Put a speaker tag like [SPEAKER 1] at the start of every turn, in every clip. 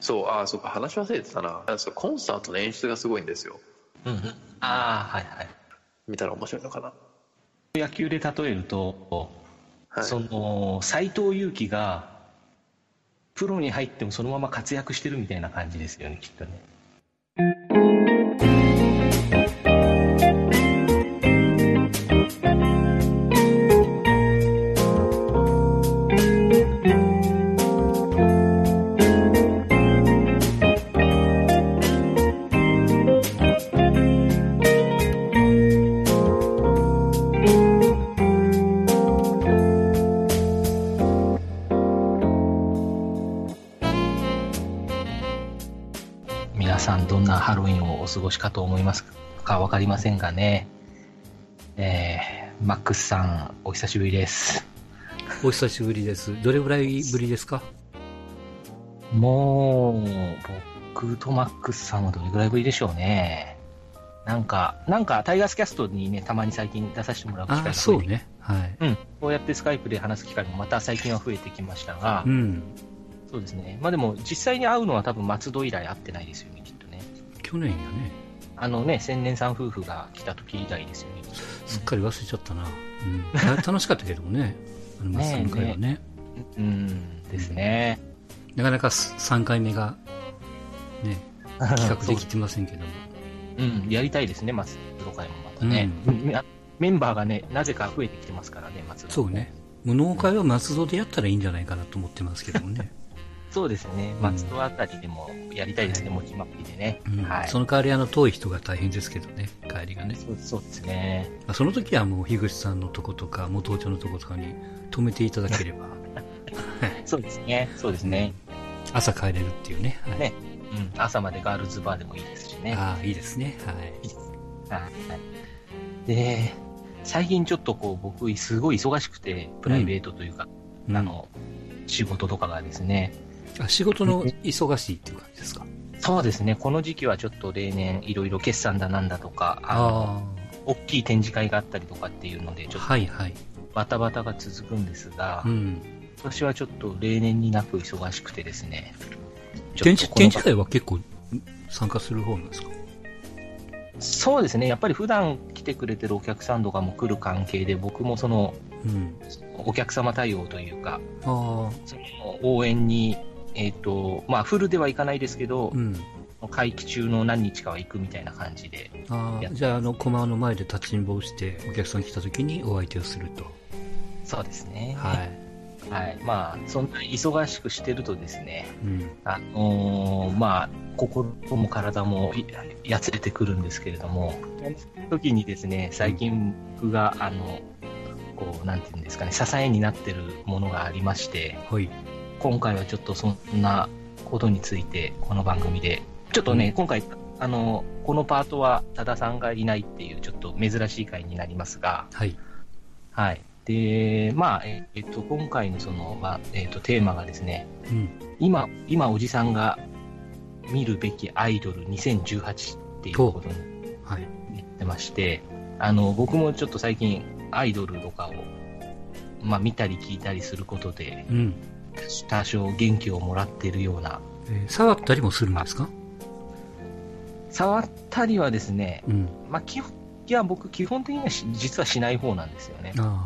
[SPEAKER 1] そうあそうか話し忘れてたなあそうコンサートの演出がすごいんですよ
[SPEAKER 2] うんうん。ああ、はいはい。
[SPEAKER 1] 見たら面白いのかな
[SPEAKER 2] 野球で例えると、
[SPEAKER 1] はい
[SPEAKER 2] その斎藤佑樹がプロに入ってもそのまま活躍してるみたいな感じですよねきっとね皆さんどんなハロウィンをお過ごしかと思いますか分かりませんがねえーマックスさんお久しぶりです
[SPEAKER 3] お久しぶりです。どれぐらいぶりですか
[SPEAKER 2] もう僕とマックスさんはどれぐらいぶりでしょうねなんかなんかタイガースキャストにねたまに最近出させてもらう機会が
[SPEAKER 3] ああ、
[SPEAKER 2] 増え
[SPEAKER 3] そう
[SPEAKER 2] てきて
[SPEAKER 3] ね。はい。
[SPEAKER 2] うん、こうやってスカイプで話す機会もまた最近は増えてきましたが、
[SPEAKER 3] うん。
[SPEAKER 2] そうですね、まあ、でも実際に会うのは多分松戸以来会ってないですよね、きっとね。
[SPEAKER 3] 去年やね。
[SPEAKER 2] あのね、千年さん夫婦が来た時以来ですよね。
[SPEAKER 3] すっかり忘れちゃったな。うん、た 楽しかったけどもね。あの、マスの会はね。
[SPEAKER 2] うん、ですね。
[SPEAKER 3] なかなかす3回目が、ね、企画できてませんけども。
[SPEAKER 2] うん、やりたいですね、松戸会もまたね、うんあメンバーがね、なぜか増えてきてますからね、松戸。
[SPEAKER 3] そうね。無能会は松戸でやったらいいんじゃないかなと思ってますけどもね。
[SPEAKER 2] そうですね、松戸あたりでもやりたいですね、
[SPEAKER 3] うん
[SPEAKER 2] 持ちまくりでね。
[SPEAKER 3] うん
[SPEAKER 2] はい。
[SPEAKER 3] その代わり、あの、遠い人が大変ですけどね、帰りがね。
[SPEAKER 2] そうそうですね。
[SPEAKER 3] まあその時はもう、樋口さんのとことか、元町のとことかに止めていただければ、
[SPEAKER 2] そうですね。そうですね。
[SPEAKER 3] 朝帰れるっていうね。はい
[SPEAKER 2] ねうん、朝までガールズバーでもいいですしね。
[SPEAKER 3] ああ、いいですね。はい。
[SPEAKER 2] はいで、最近ちょっとこう僕、すごい忙しくて、プライベートというか、
[SPEAKER 3] うん
[SPEAKER 2] あ、の、仕事とかがですね、
[SPEAKER 3] あ仕事の忙しいっていう感じですか。
[SPEAKER 2] そうですね、この時期はちょっと例年、いろいろ決算だなんだとか、あの
[SPEAKER 3] あ
[SPEAKER 2] 大きい展示会があったりとかっていうので、ち
[SPEAKER 3] あ、
[SPEAKER 2] ょっと
[SPEAKER 3] はいはい。
[SPEAKER 2] バタバタが続くんですが、
[SPEAKER 3] うん。
[SPEAKER 2] 今年はちょっと例年になく忙しくてですね、ちょ
[SPEAKER 3] 展
[SPEAKER 2] っと
[SPEAKER 3] 示、
[SPEAKER 2] この
[SPEAKER 3] 展示会は結構参加する方なんですか
[SPEAKER 2] そうですね、やっぱり普段来てくれてるお客さんとかも来る関係で、僕もその、
[SPEAKER 3] うん。
[SPEAKER 2] お客様対応というか、
[SPEAKER 3] ああ、
[SPEAKER 2] その応援に、えっとまあ、フルではいかないですけど
[SPEAKER 3] う、ん。
[SPEAKER 2] 会期中の何日かは行くみたいな感じで、
[SPEAKER 3] あ
[SPEAKER 2] い
[SPEAKER 3] あ、
[SPEAKER 2] や
[SPEAKER 3] じゃあ、あの、コマの前で立ちんぼをして、お客さん来た時にお相手をすると。
[SPEAKER 2] そうですね、
[SPEAKER 3] はい。
[SPEAKER 2] いはいまあ、そんな忙しくしてるとですね、
[SPEAKER 3] うん。
[SPEAKER 2] あのーまあ、心も体もいやつれてくるんですけれども、その時にですね最近、僕があのこうなんていうんですかね、支えになってるものがありまして、
[SPEAKER 3] はい。
[SPEAKER 2] 今回はちょっとそんなことについてこの番組でちょっとね、
[SPEAKER 3] うん
[SPEAKER 2] 今回あのこのパートは多田さんがいないっていうちょっと珍しい回になりますが
[SPEAKER 3] はい。
[SPEAKER 2] はいでまあええっと今回のその、まあえっと、テーマがですね
[SPEAKER 3] うん。
[SPEAKER 2] 今今おじさんが見るべきアイドル2018っていうことに
[SPEAKER 3] はい。
[SPEAKER 2] なってましてあの僕もちょっと最近アイドルとかを、まあ、見たり聞いたりすることで
[SPEAKER 3] うん。
[SPEAKER 2] 多少元気をもらっているような
[SPEAKER 3] えー触ったりもするんですか
[SPEAKER 2] 触ったりはですね、
[SPEAKER 3] うん。
[SPEAKER 2] まあ、基本いや僕、基本的にはし実はしない方なんですよね。
[SPEAKER 3] あ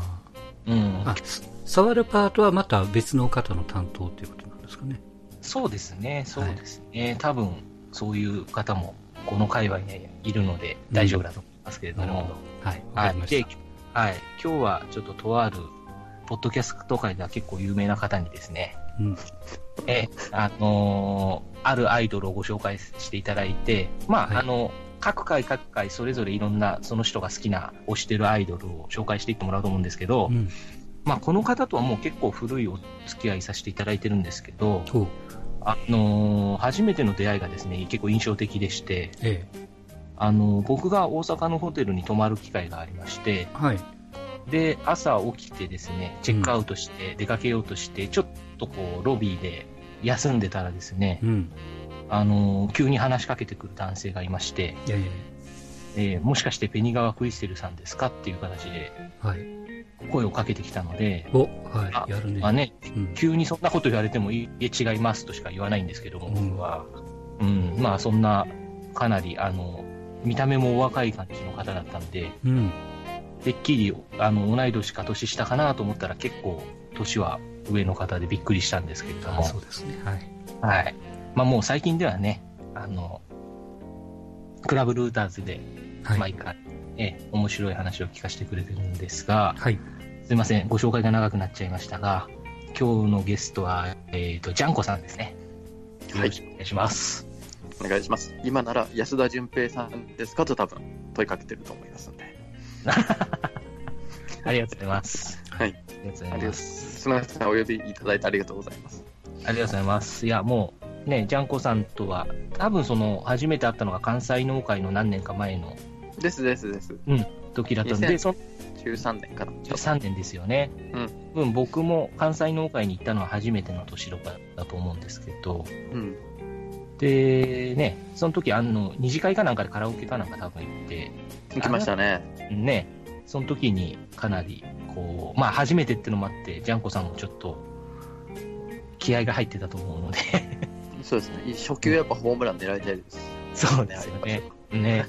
[SPEAKER 2] うん
[SPEAKER 3] あ。あ、す触るパートはまた別の方の担当ということなんですかね。
[SPEAKER 2] そうですね、そうですね、多分そういう方もこの界隈にいるので
[SPEAKER 3] うん
[SPEAKER 2] 大丈夫だと思いますけれど
[SPEAKER 3] なる
[SPEAKER 2] も、
[SPEAKER 3] ほど。はい。わ
[SPEAKER 2] は
[SPEAKER 3] かり
[SPEAKER 2] い
[SPEAKER 3] ま
[SPEAKER 2] で
[SPEAKER 3] し
[SPEAKER 2] はい、今日はちょっととある、ポッドキャスト界では結構有名な方にです ね、
[SPEAKER 3] た。うん。
[SPEAKER 2] えあのーあるアイドルをご紹介していただいて、まあ
[SPEAKER 3] はい
[SPEAKER 2] あの各回各回それぞれいろんなその人が好きな推してるアイドルを紹介していってもらうと思うんですけど、
[SPEAKER 3] うん。
[SPEAKER 2] まあ、この方とはもう結構古いお付き合いさせていただいてるんですけど、
[SPEAKER 3] ほう。
[SPEAKER 2] あのー初めての出会いがですね結構印象的でして、
[SPEAKER 3] え
[SPEAKER 2] あのー僕が大阪のホテルに泊まる機会がありまして
[SPEAKER 3] え。はい。
[SPEAKER 2] で朝起きてですねチェックアウトして出かけようとして、ちょっとこうロビーで休んでたらですね、
[SPEAKER 3] うん。
[SPEAKER 2] あのー急に話しかけてくる男性がいまして
[SPEAKER 3] いやいや
[SPEAKER 2] えーもしかしてペニガワ・クイステルさんですかっていう形で
[SPEAKER 3] はい。
[SPEAKER 2] 声をかけてきたので、
[SPEAKER 3] お、は
[SPEAKER 2] あ
[SPEAKER 3] い。やるね。
[SPEAKER 2] まあね、
[SPEAKER 3] うん。
[SPEAKER 2] 急にそんなこと言われても、いいえ、違いますとしか言わないんですけども、
[SPEAKER 3] うん
[SPEAKER 2] 僕は、うん、まあそんな、かなり、あの、見た目もお若い感じの方だったので、
[SPEAKER 3] うん。
[SPEAKER 2] てっきり、あの、同い年か年下かなと思ったら結構、年は上の方でびっくりしたんですけれど
[SPEAKER 3] あ
[SPEAKER 2] も、
[SPEAKER 3] そうですね。はい。
[SPEAKER 2] はい。まあもう最近ではね、あの、クラブルーターズで
[SPEAKER 3] は
[SPEAKER 2] 毎
[SPEAKER 3] い。
[SPEAKER 2] 回、ええ面白い話を聞かせてくれてるんですが、
[SPEAKER 3] はい。
[SPEAKER 2] すいません、ご紹介が長くなっちゃいましたが、今日のゲストは、えっ、と、ジャンコさんですね。よ
[SPEAKER 1] は
[SPEAKER 2] ろ
[SPEAKER 1] い
[SPEAKER 2] しくお願いします。
[SPEAKER 1] お願いします。今なら安田純平さんですかと多分問いかけてると思いますので。
[SPEAKER 2] ありがとうございます。
[SPEAKER 1] はい。
[SPEAKER 2] ありがとう
[SPEAKER 1] あ
[SPEAKER 2] ご
[SPEAKER 1] り
[SPEAKER 2] ざい
[SPEAKER 1] がとうござい
[SPEAKER 2] ま。
[SPEAKER 1] ますす。すみません、お呼びいただいてありがとうございます。
[SPEAKER 2] ありがとうございます。いや、もう、ね、ジャンコさんとは、多分その、初めて会ったのが関西農会の何年か前の
[SPEAKER 1] ですですです。
[SPEAKER 2] 時だったん
[SPEAKER 1] 2000
[SPEAKER 2] で、その
[SPEAKER 1] 13年かな。
[SPEAKER 2] 13年ですよね。うん。僕も関西農会に行ったのは初めての年とかだと思うんですけど、
[SPEAKER 1] うん。
[SPEAKER 2] で、ね、その時、あの、二次会かなんかでカラオケかなんか多分行って、
[SPEAKER 1] 行きましたね。
[SPEAKER 2] ね、その時にかなり、こう、まあ初めてってのもあって、ジャンコさんもちょっと、気合が入ってたと思うので、
[SPEAKER 1] そうですね。初級やっぱホームラン狙いたいです。
[SPEAKER 2] そうですよね。ね。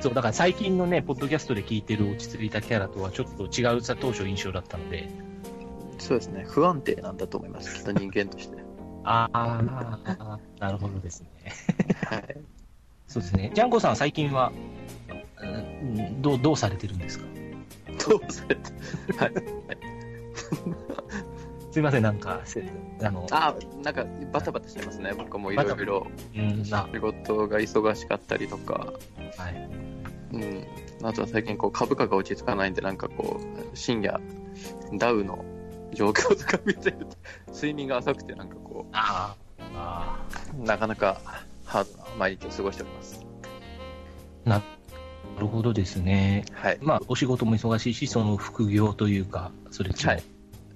[SPEAKER 2] そう、だから最近のね、ポッドキャストで聞いてる落ち着いたキャラとはちょっと違うさ当初印象だったので、
[SPEAKER 1] そうですね。不安定なんだと思います。きっと人間として。
[SPEAKER 2] ああ、なるほどですね。
[SPEAKER 1] はい。
[SPEAKER 2] そうですね。ジャンコさん最近は、うんどう、どうされてるんですか
[SPEAKER 1] どうされて。はい。
[SPEAKER 2] すいません、なんか、せあの、
[SPEAKER 1] ああ、なんかバタバタしてますね。僕もいろいろ
[SPEAKER 2] うん、な、
[SPEAKER 1] 仕事が忙しかったりとか。
[SPEAKER 2] はい。
[SPEAKER 1] うん、あとは最近こう株価が落ち着かないんで、なんかこう、深夜、ダウの状況とか見てると、 睡眠が浅くて、なんかこ
[SPEAKER 2] あーあ
[SPEAKER 1] う、なかなかハードな毎日を過ごしております。
[SPEAKER 2] ー、ななるほどですね。
[SPEAKER 1] はい、
[SPEAKER 2] まあ、お仕事も忙しいし、その副業というか、それっちも
[SPEAKER 1] はい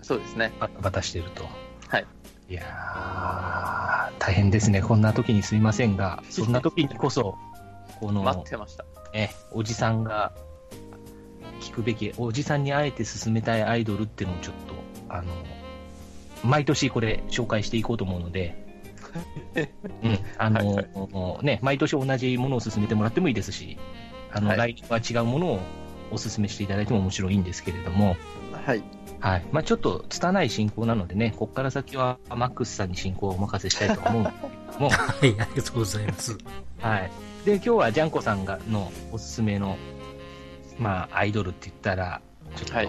[SPEAKER 1] そうですね。
[SPEAKER 2] バタバタしてると。
[SPEAKER 1] はい。
[SPEAKER 2] いやー、大変ですね。こんな時にすいませんが、そんな時にこそ、こ
[SPEAKER 1] 待っ
[SPEAKER 2] の、
[SPEAKER 1] てました。
[SPEAKER 2] え、おじさんが、聞くべき、おじさんにあえて勧めたいアイドルっていうのをちょっと、あの、毎年これ紹介していこうと思う ので、うん、あの、
[SPEAKER 1] はい
[SPEAKER 2] ね、毎年同じものを勧めてもらってもいいですし、あの、
[SPEAKER 1] は
[SPEAKER 2] 来年は違うものをお勧めしていただいても面白いんですけれども、
[SPEAKER 1] はい、
[SPEAKER 2] はい。まあちょっと、拙い進行なのでね、こっから先はマックスさんに進行をお任せしたいと思うんですけれども、
[SPEAKER 3] はい。ありがとうござい ます。
[SPEAKER 2] はい。で、今日はジャンコさんがのおすすめの、まあアイドルって言ったら、ちょっと、
[SPEAKER 1] はい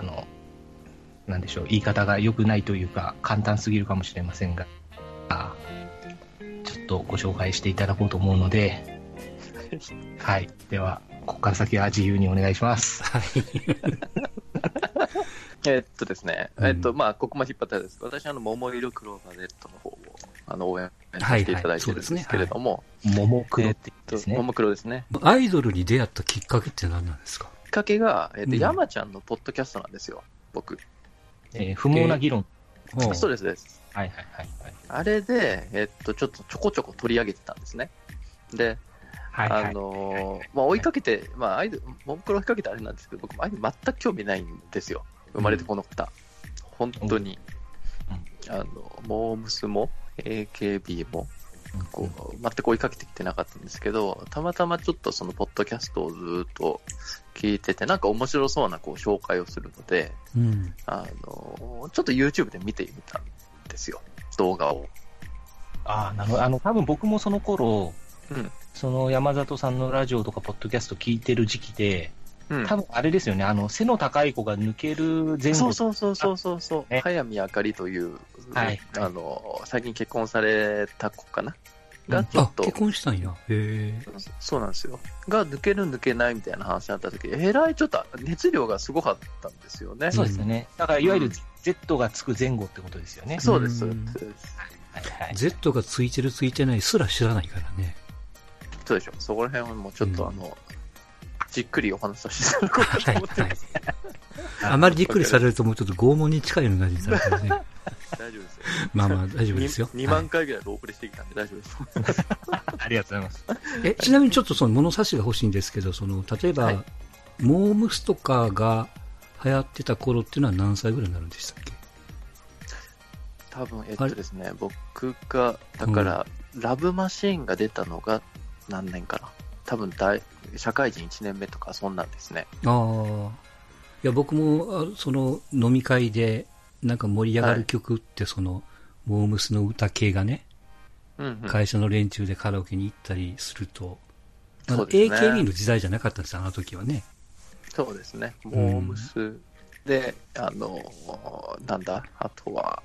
[SPEAKER 2] あの、なんでしょう、言い方が良くないというか、簡単すぎるかもしれませんが、あちょっとご紹介していただこうと思うの で、はい。では、ここから先は自由にお願いします。
[SPEAKER 1] えっとですね、
[SPEAKER 3] うん
[SPEAKER 1] えっと、まあ、ここまで引っ張ったんですけど私はあの、桃色クローバー Z の方を、あの、応援していただいてるんですけれども、
[SPEAKER 2] ももクロって言うん
[SPEAKER 1] と
[SPEAKER 2] ですね。
[SPEAKER 1] 桃黒ですね。
[SPEAKER 3] アイドルに出会ったきっかけって何なんですか
[SPEAKER 1] きっかけが、えっ
[SPEAKER 3] う
[SPEAKER 1] と、
[SPEAKER 3] ん
[SPEAKER 1] 山ちゃんのポッドキャストなんですよ、僕。
[SPEAKER 2] えー不毛な議論。
[SPEAKER 1] そう
[SPEAKER 3] う
[SPEAKER 1] です、そうです。
[SPEAKER 2] はいはいはいはい。
[SPEAKER 1] あれで、えっと、ちょっとちょこちょこ取り上げてたんですね。で、
[SPEAKER 2] はいはい
[SPEAKER 1] あのーまあ追いかけて、まあアイドル、ももクロ追いかけてあれなんですけど、僕、アイドル全く興味ないんですよ。生まれてこの方。本当に。あの、モームスも、AKB も、こう、全く追いかけてきてなかったんですけど、たまたまちょっとその、ポッドキャストをずーっと聞いてて、なんか面白そうな、こう、紹介をするので、
[SPEAKER 3] うん。
[SPEAKER 1] あのーちょっと YouTube で見てみたんですよ。動画を。
[SPEAKER 2] ああ、なるほど。あの、多分僕もその頃、
[SPEAKER 1] うん
[SPEAKER 2] その山里さんのラジオとか、ポッドキャスト聞いてる時期で、
[SPEAKER 1] うん
[SPEAKER 2] 多分あれですよね、あの、背の高い子が抜ける前後。
[SPEAKER 1] そうそうそうそうそうそう、
[SPEAKER 2] ね
[SPEAKER 1] 早見あかりという、
[SPEAKER 2] はい
[SPEAKER 1] あの最近結婚された子かな
[SPEAKER 2] うん
[SPEAKER 1] がちょ
[SPEAKER 3] あ
[SPEAKER 1] っ、と、
[SPEAKER 3] 結婚したんや。へえ。
[SPEAKER 1] そうなんですよが抜ける抜けないみたいな話になった時えらいちょっと熱量がすごかったんですよね、
[SPEAKER 2] そうですよね。だから、いわゆ
[SPEAKER 1] う
[SPEAKER 2] る
[SPEAKER 1] ん
[SPEAKER 2] Z がつく前後ってことですよね。
[SPEAKER 1] そうですそううんです、
[SPEAKER 2] はいはい
[SPEAKER 3] Z がついてるついてないすら知らないからね。
[SPEAKER 1] そうでしょそこら辺はもうちょっと
[SPEAKER 3] うん
[SPEAKER 1] あの、じっくりお話しさせていただこ うと思ってます、
[SPEAKER 3] あまりびっくりされるともうちょっと拷問に近いような感じになるからね。
[SPEAKER 1] い大丈夫ですよ。
[SPEAKER 3] まあまあ大丈夫ですよ。
[SPEAKER 1] 2万回ぐらいロープレしてきたんで大丈夫です。
[SPEAKER 2] ありがとうございます。
[SPEAKER 3] はいえちなみにちょっとその物差しが欲しいんですけど、その例えば、
[SPEAKER 1] はい
[SPEAKER 3] モームスとかが流行ってた頃っていうのは何歳ぐらいになるんでしたっけ
[SPEAKER 1] 多分、えっとですね、僕が、だから、ラブマシーンが出たのが何年かな。多分大、社会人1年目とか、そんなんですね。
[SPEAKER 3] ああ。いや、僕も、あその、飲み会で、なんか盛り上がる曲って、その、モームスの歌系がね、
[SPEAKER 1] うん、うん。
[SPEAKER 3] 会社の連中でカラオケに行ったりすると、
[SPEAKER 1] そ
[SPEAKER 3] まだ
[SPEAKER 1] うですね
[SPEAKER 3] AKB の時代じゃなかったんですよ、あの時はね。
[SPEAKER 1] そうですね。
[SPEAKER 3] ん
[SPEAKER 1] モームスで、あの、なんだ、あとは、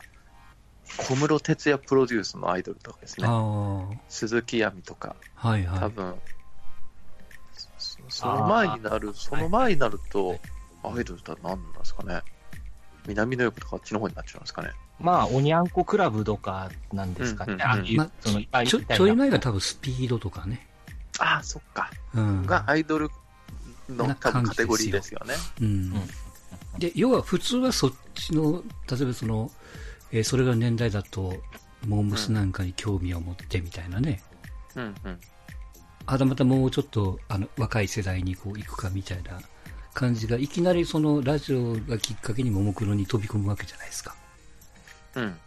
[SPEAKER 1] 小室哲哉プロデュースのアイドルとかですね。
[SPEAKER 3] あ
[SPEAKER 1] 鈴木亜美とか、
[SPEAKER 3] あ、はいは
[SPEAKER 1] 多
[SPEAKER 3] い。
[SPEAKER 1] 分、そその前になる、その前になると、アイドルとは何なんですかね。南の横とかあっちの方になっちゃうんですかね。
[SPEAKER 2] まあ、おにゃんこクラブとかなんですかね。
[SPEAKER 1] うんうんうん
[SPEAKER 2] ああいう、
[SPEAKER 3] まあ
[SPEAKER 2] その、いっぱい
[SPEAKER 3] ちょ、
[SPEAKER 2] みた
[SPEAKER 3] ちょい前
[SPEAKER 2] な
[SPEAKER 3] が多分スピードとかね。
[SPEAKER 1] ああ、そっか。
[SPEAKER 3] うん。
[SPEAKER 1] がアイドルの
[SPEAKER 3] な
[SPEAKER 1] 多分
[SPEAKER 3] 感
[SPEAKER 1] カ
[SPEAKER 3] じです
[SPEAKER 1] テ
[SPEAKER 3] よ
[SPEAKER 1] ゴリーですよね。
[SPEAKER 3] うん。で、要は普通はそっちの、例えばその、えーそれが年代だと、モームスなんかに興味を持ってみたいなね。
[SPEAKER 1] うんうん。
[SPEAKER 3] はたまたもうちょっとあの若い世代にこう行くかみたいな感じが、いきなりそのラジオがきっかけにももクロに飛び込むわけじゃないですか。
[SPEAKER 1] うん。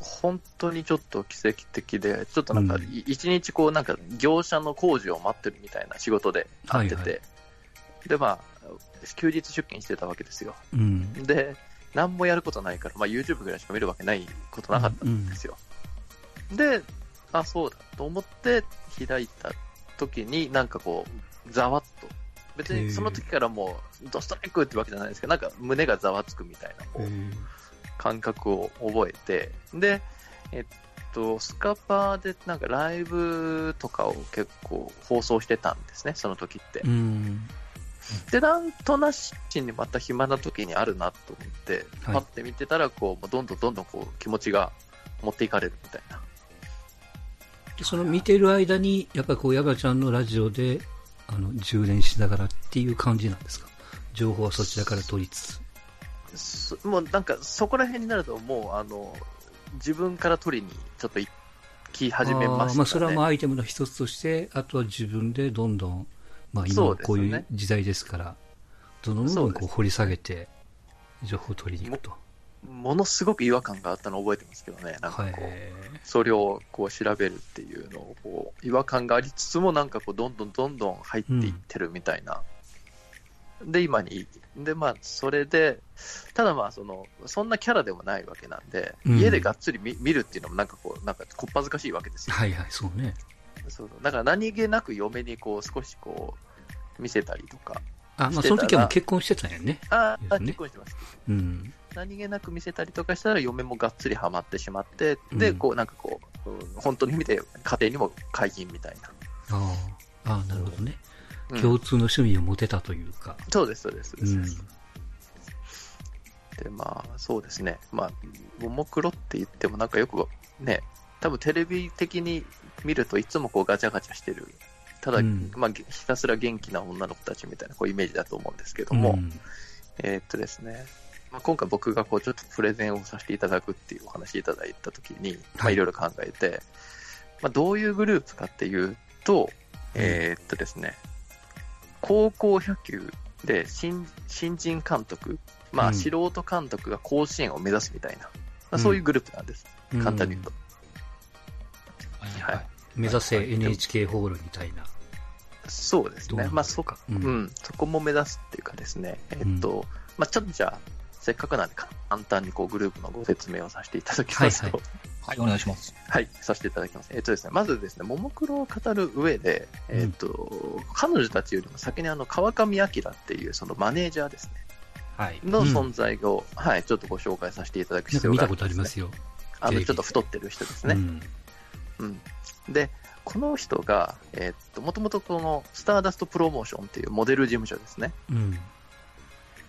[SPEAKER 1] 本当にちょっと奇跡的で、ちょっとなんか、
[SPEAKER 3] うん
[SPEAKER 1] い一日こう、なんか、業者の工事を待ってるみたいな仕事で
[SPEAKER 3] は
[SPEAKER 1] やってて、で、まあ、休日出勤してたわけですよ。
[SPEAKER 3] うん。
[SPEAKER 1] で、何もやることないから、まあ、YouTube ぐらいしか見るわけないことなかったんですよ。で、あ、そうだと思って開いた時に、なんかこう、ざわっと。別
[SPEAKER 3] へ
[SPEAKER 1] に
[SPEAKER 3] ー
[SPEAKER 1] その時からもう、ドストライクってわけじゃないですけど、なんか胸がざわつくみたいなこう感覚を覚えて、で、えっと、スカパーでなんかライブとかを結構放送してたんですね、その時って。
[SPEAKER 3] うん。
[SPEAKER 1] で、なんとなしにまた暇な時にあるなと思って、
[SPEAKER 3] はい
[SPEAKER 1] パッて見てたら、こう、もうどんどんどんどんこう気持ちが持っていかれるみたいな。
[SPEAKER 3] で、その見てる間に、やっぱりこう、山ちゃんのラジオで、あの、充電しながらっていう感じなんですか情報はそちらから取りつつ。
[SPEAKER 1] そもうなんかそこら辺になると、もうあの、自分から取りにちょっと行き始めま
[SPEAKER 3] あ
[SPEAKER 1] し
[SPEAKER 3] ー
[SPEAKER 1] た、ね。
[SPEAKER 3] あそれはまあアイテムの一つとして、あとは自分でどんどん、まあ今
[SPEAKER 1] そう
[SPEAKER 3] は
[SPEAKER 1] ですね
[SPEAKER 3] こういう時代ですから、どんどんどんどん
[SPEAKER 1] そうう
[SPEAKER 3] こ
[SPEAKER 1] です
[SPEAKER 3] 掘り下げて、情報を取りに行くと。
[SPEAKER 1] ものすごく違和感があったのを覚えてますけどね。なんかこう、
[SPEAKER 3] はい。
[SPEAKER 1] それをこう調べるっていうのをこう違和感がありつつもなんかこうどんどんどんどん入っていってるみたいな、で今にでまあそれでただまあそのそんなキャラでもないわけなんで、
[SPEAKER 3] うん
[SPEAKER 1] 家でがっつり見見るっていうのもなんかこうなんかこっぱずかしいわけですよ
[SPEAKER 3] はいはい、そうね。
[SPEAKER 1] そうそうだから何気なく嫁にこう少しこう見せたりとか
[SPEAKER 3] あ、ま
[SPEAKER 1] し
[SPEAKER 3] あ
[SPEAKER 1] て
[SPEAKER 3] そ
[SPEAKER 1] たら
[SPEAKER 3] の時はもう結婚してたんやね。
[SPEAKER 1] あーあ
[SPEAKER 3] ですね
[SPEAKER 1] 結婚してます
[SPEAKER 3] うん。
[SPEAKER 1] 何気なく見せたりとかしたら嫁もがっつりハマってしまってで、
[SPEAKER 3] うん
[SPEAKER 1] こうなんかこううん本当に見て家庭にも解禁みたいな、
[SPEAKER 3] ああ、ああなるほどね。
[SPEAKER 1] うん
[SPEAKER 3] 共通の趣味を持てたというか。
[SPEAKER 1] そうです、そうです。そう
[SPEAKER 3] う
[SPEAKER 1] です
[SPEAKER 3] ん。
[SPEAKER 1] で、まあ、そうですね。まあ、ももクロって言っても、なんかよくね、多分テレビ的に見るといつもこうガチャガチャしてる。ただ、
[SPEAKER 3] うん
[SPEAKER 1] まあ、げひたすら元気な女の子たちみたいなこうイメージだと思うんですけども、
[SPEAKER 3] うん
[SPEAKER 1] えーっとですね、まあ、今回僕がこうちょっとプレゼンをさせていただくっていうお話いただいたときに、まあ、
[SPEAKER 3] はい
[SPEAKER 1] いろいろ考えて、まあ、どういうグループかっていうと、えーっとですね、高校野球で新新人監督、ま
[SPEAKER 3] う
[SPEAKER 1] あ、
[SPEAKER 3] ん
[SPEAKER 1] 素人監督が甲子園を目指すみたいな、まあ、そういうグループなんです、簡単に言うと。はい
[SPEAKER 3] うん目指せ NHK ホールみたいな。
[SPEAKER 1] そうです
[SPEAKER 3] どうな
[SPEAKER 1] ね、
[SPEAKER 3] ん
[SPEAKER 1] まあ
[SPEAKER 3] でしょ
[SPEAKER 1] そう
[SPEAKER 3] か。
[SPEAKER 1] う。ん、そこも目指すっていうかですね、えっと、まあちょっとじゃあ、せっかくなんで簡単にこうグループのご説明をさせていただきますと、
[SPEAKER 3] はい
[SPEAKER 1] は、
[SPEAKER 3] はい
[SPEAKER 2] はい、お願いします。
[SPEAKER 1] させていただきます。えっとですね、まずですね、ももクロを語る上で、えっと、彼女たちよりも先にあの、川上明っていうそのマネージャーですね、
[SPEAKER 2] はい。
[SPEAKER 1] の存在を、はい、ちょっとご紹介させていただく
[SPEAKER 3] なん
[SPEAKER 1] 必
[SPEAKER 3] か
[SPEAKER 1] 要
[SPEAKER 3] 見
[SPEAKER 1] があ
[SPEAKER 3] た
[SPEAKER 1] るんで
[SPEAKER 3] ことあります
[SPEAKER 1] ね。
[SPEAKER 3] すよ。
[SPEAKER 1] あ
[SPEAKER 3] テ
[SPEAKER 1] の、
[SPEAKER 3] レビ
[SPEAKER 1] ちょっと太ってる人です
[SPEAKER 3] う
[SPEAKER 1] ね。
[SPEAKER 3] ん
[SPEAKER 1] うん。で、この人が、えっと、もともとこの、スターダストプロモーションっていうモデル事務所ですね。
[SPEAKER 3] うん。